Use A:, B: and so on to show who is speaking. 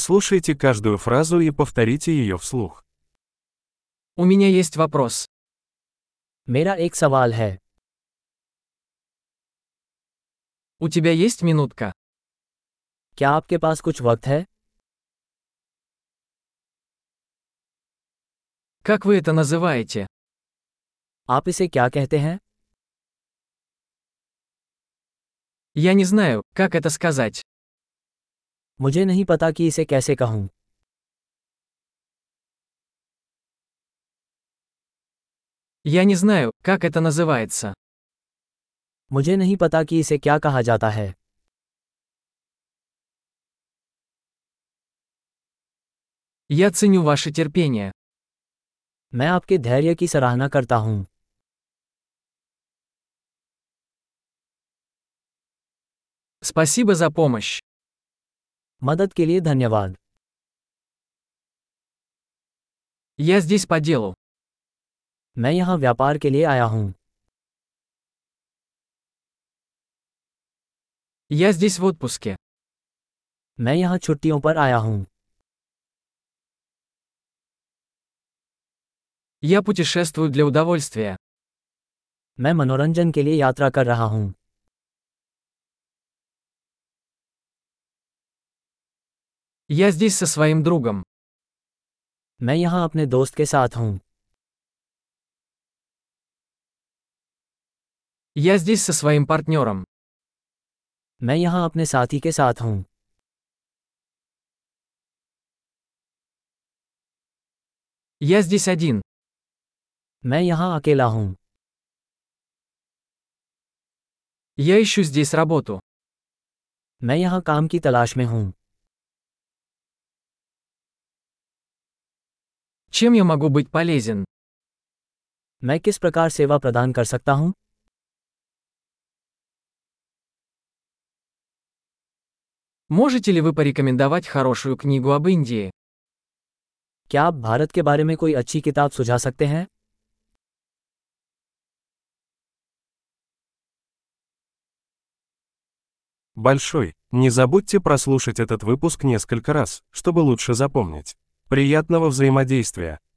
A: Прослушайте каждую фразу и повторите ее вслух.
B: У меня есть вопрос.
C: मेरा एक सवाल है
B: У тебя есть минутка?
C: क्या आपके पास कुछ वक्त है
B: Как вы это называете?
C: आप इसे क्या कहते हैं
B: Я не знаю, как это сказать.
C: मुझे नहीं पता कि इसे कैसे कहूँ
B: Я не знаю, как это называется.
C: मुझे नहीं पता कि इसे क्या कहा जाता है
B: Я ценю ваше терпение.
C: मैं आपके धैर्य की सराहना करता हूँ
B: Спасибо за помощь.
C: मदद के लिए धन्यवाद
B: Я здесь по делу.
C: मैं यहाँ व्यापार के लिए आया हूँ
B: Я здесь в отпуске.
C: मैं यहाँ छुट्टियों पर आया हूँ
B: Я путешествую для удовольствия.
C: मैं मनोरंजन के लिए यात्रा कर रहा हूँ
B: Я здесь со своим другом.
C: मैं यहाँ अपने दोस्त के साथ हूँ
B: Я здесь со своим партнером.
C: मैं यहाँ अपने साथी के साथ हूँ
B: Я здесь один.
C: मैं यहाँ अकेला हूँ
B: Я ищу здесь работу.
C: मैं यहाँ काम की तलाश में हूँ
B: Чем я могу быть полезен?
C: मैं किस प्रकार सेवा प्रदान कर सकता हूँ
B: Можете ли вы порекомендовать хорошую книгу об Индии?
C: क्या आप भारत के बारे में कोई अच्छी किताब सुझा सकते हैं
A: Большой. Не забудьте прослушать этот выпуск несколько раз, чтобы лучше запомнить. Приятного взаимодействия!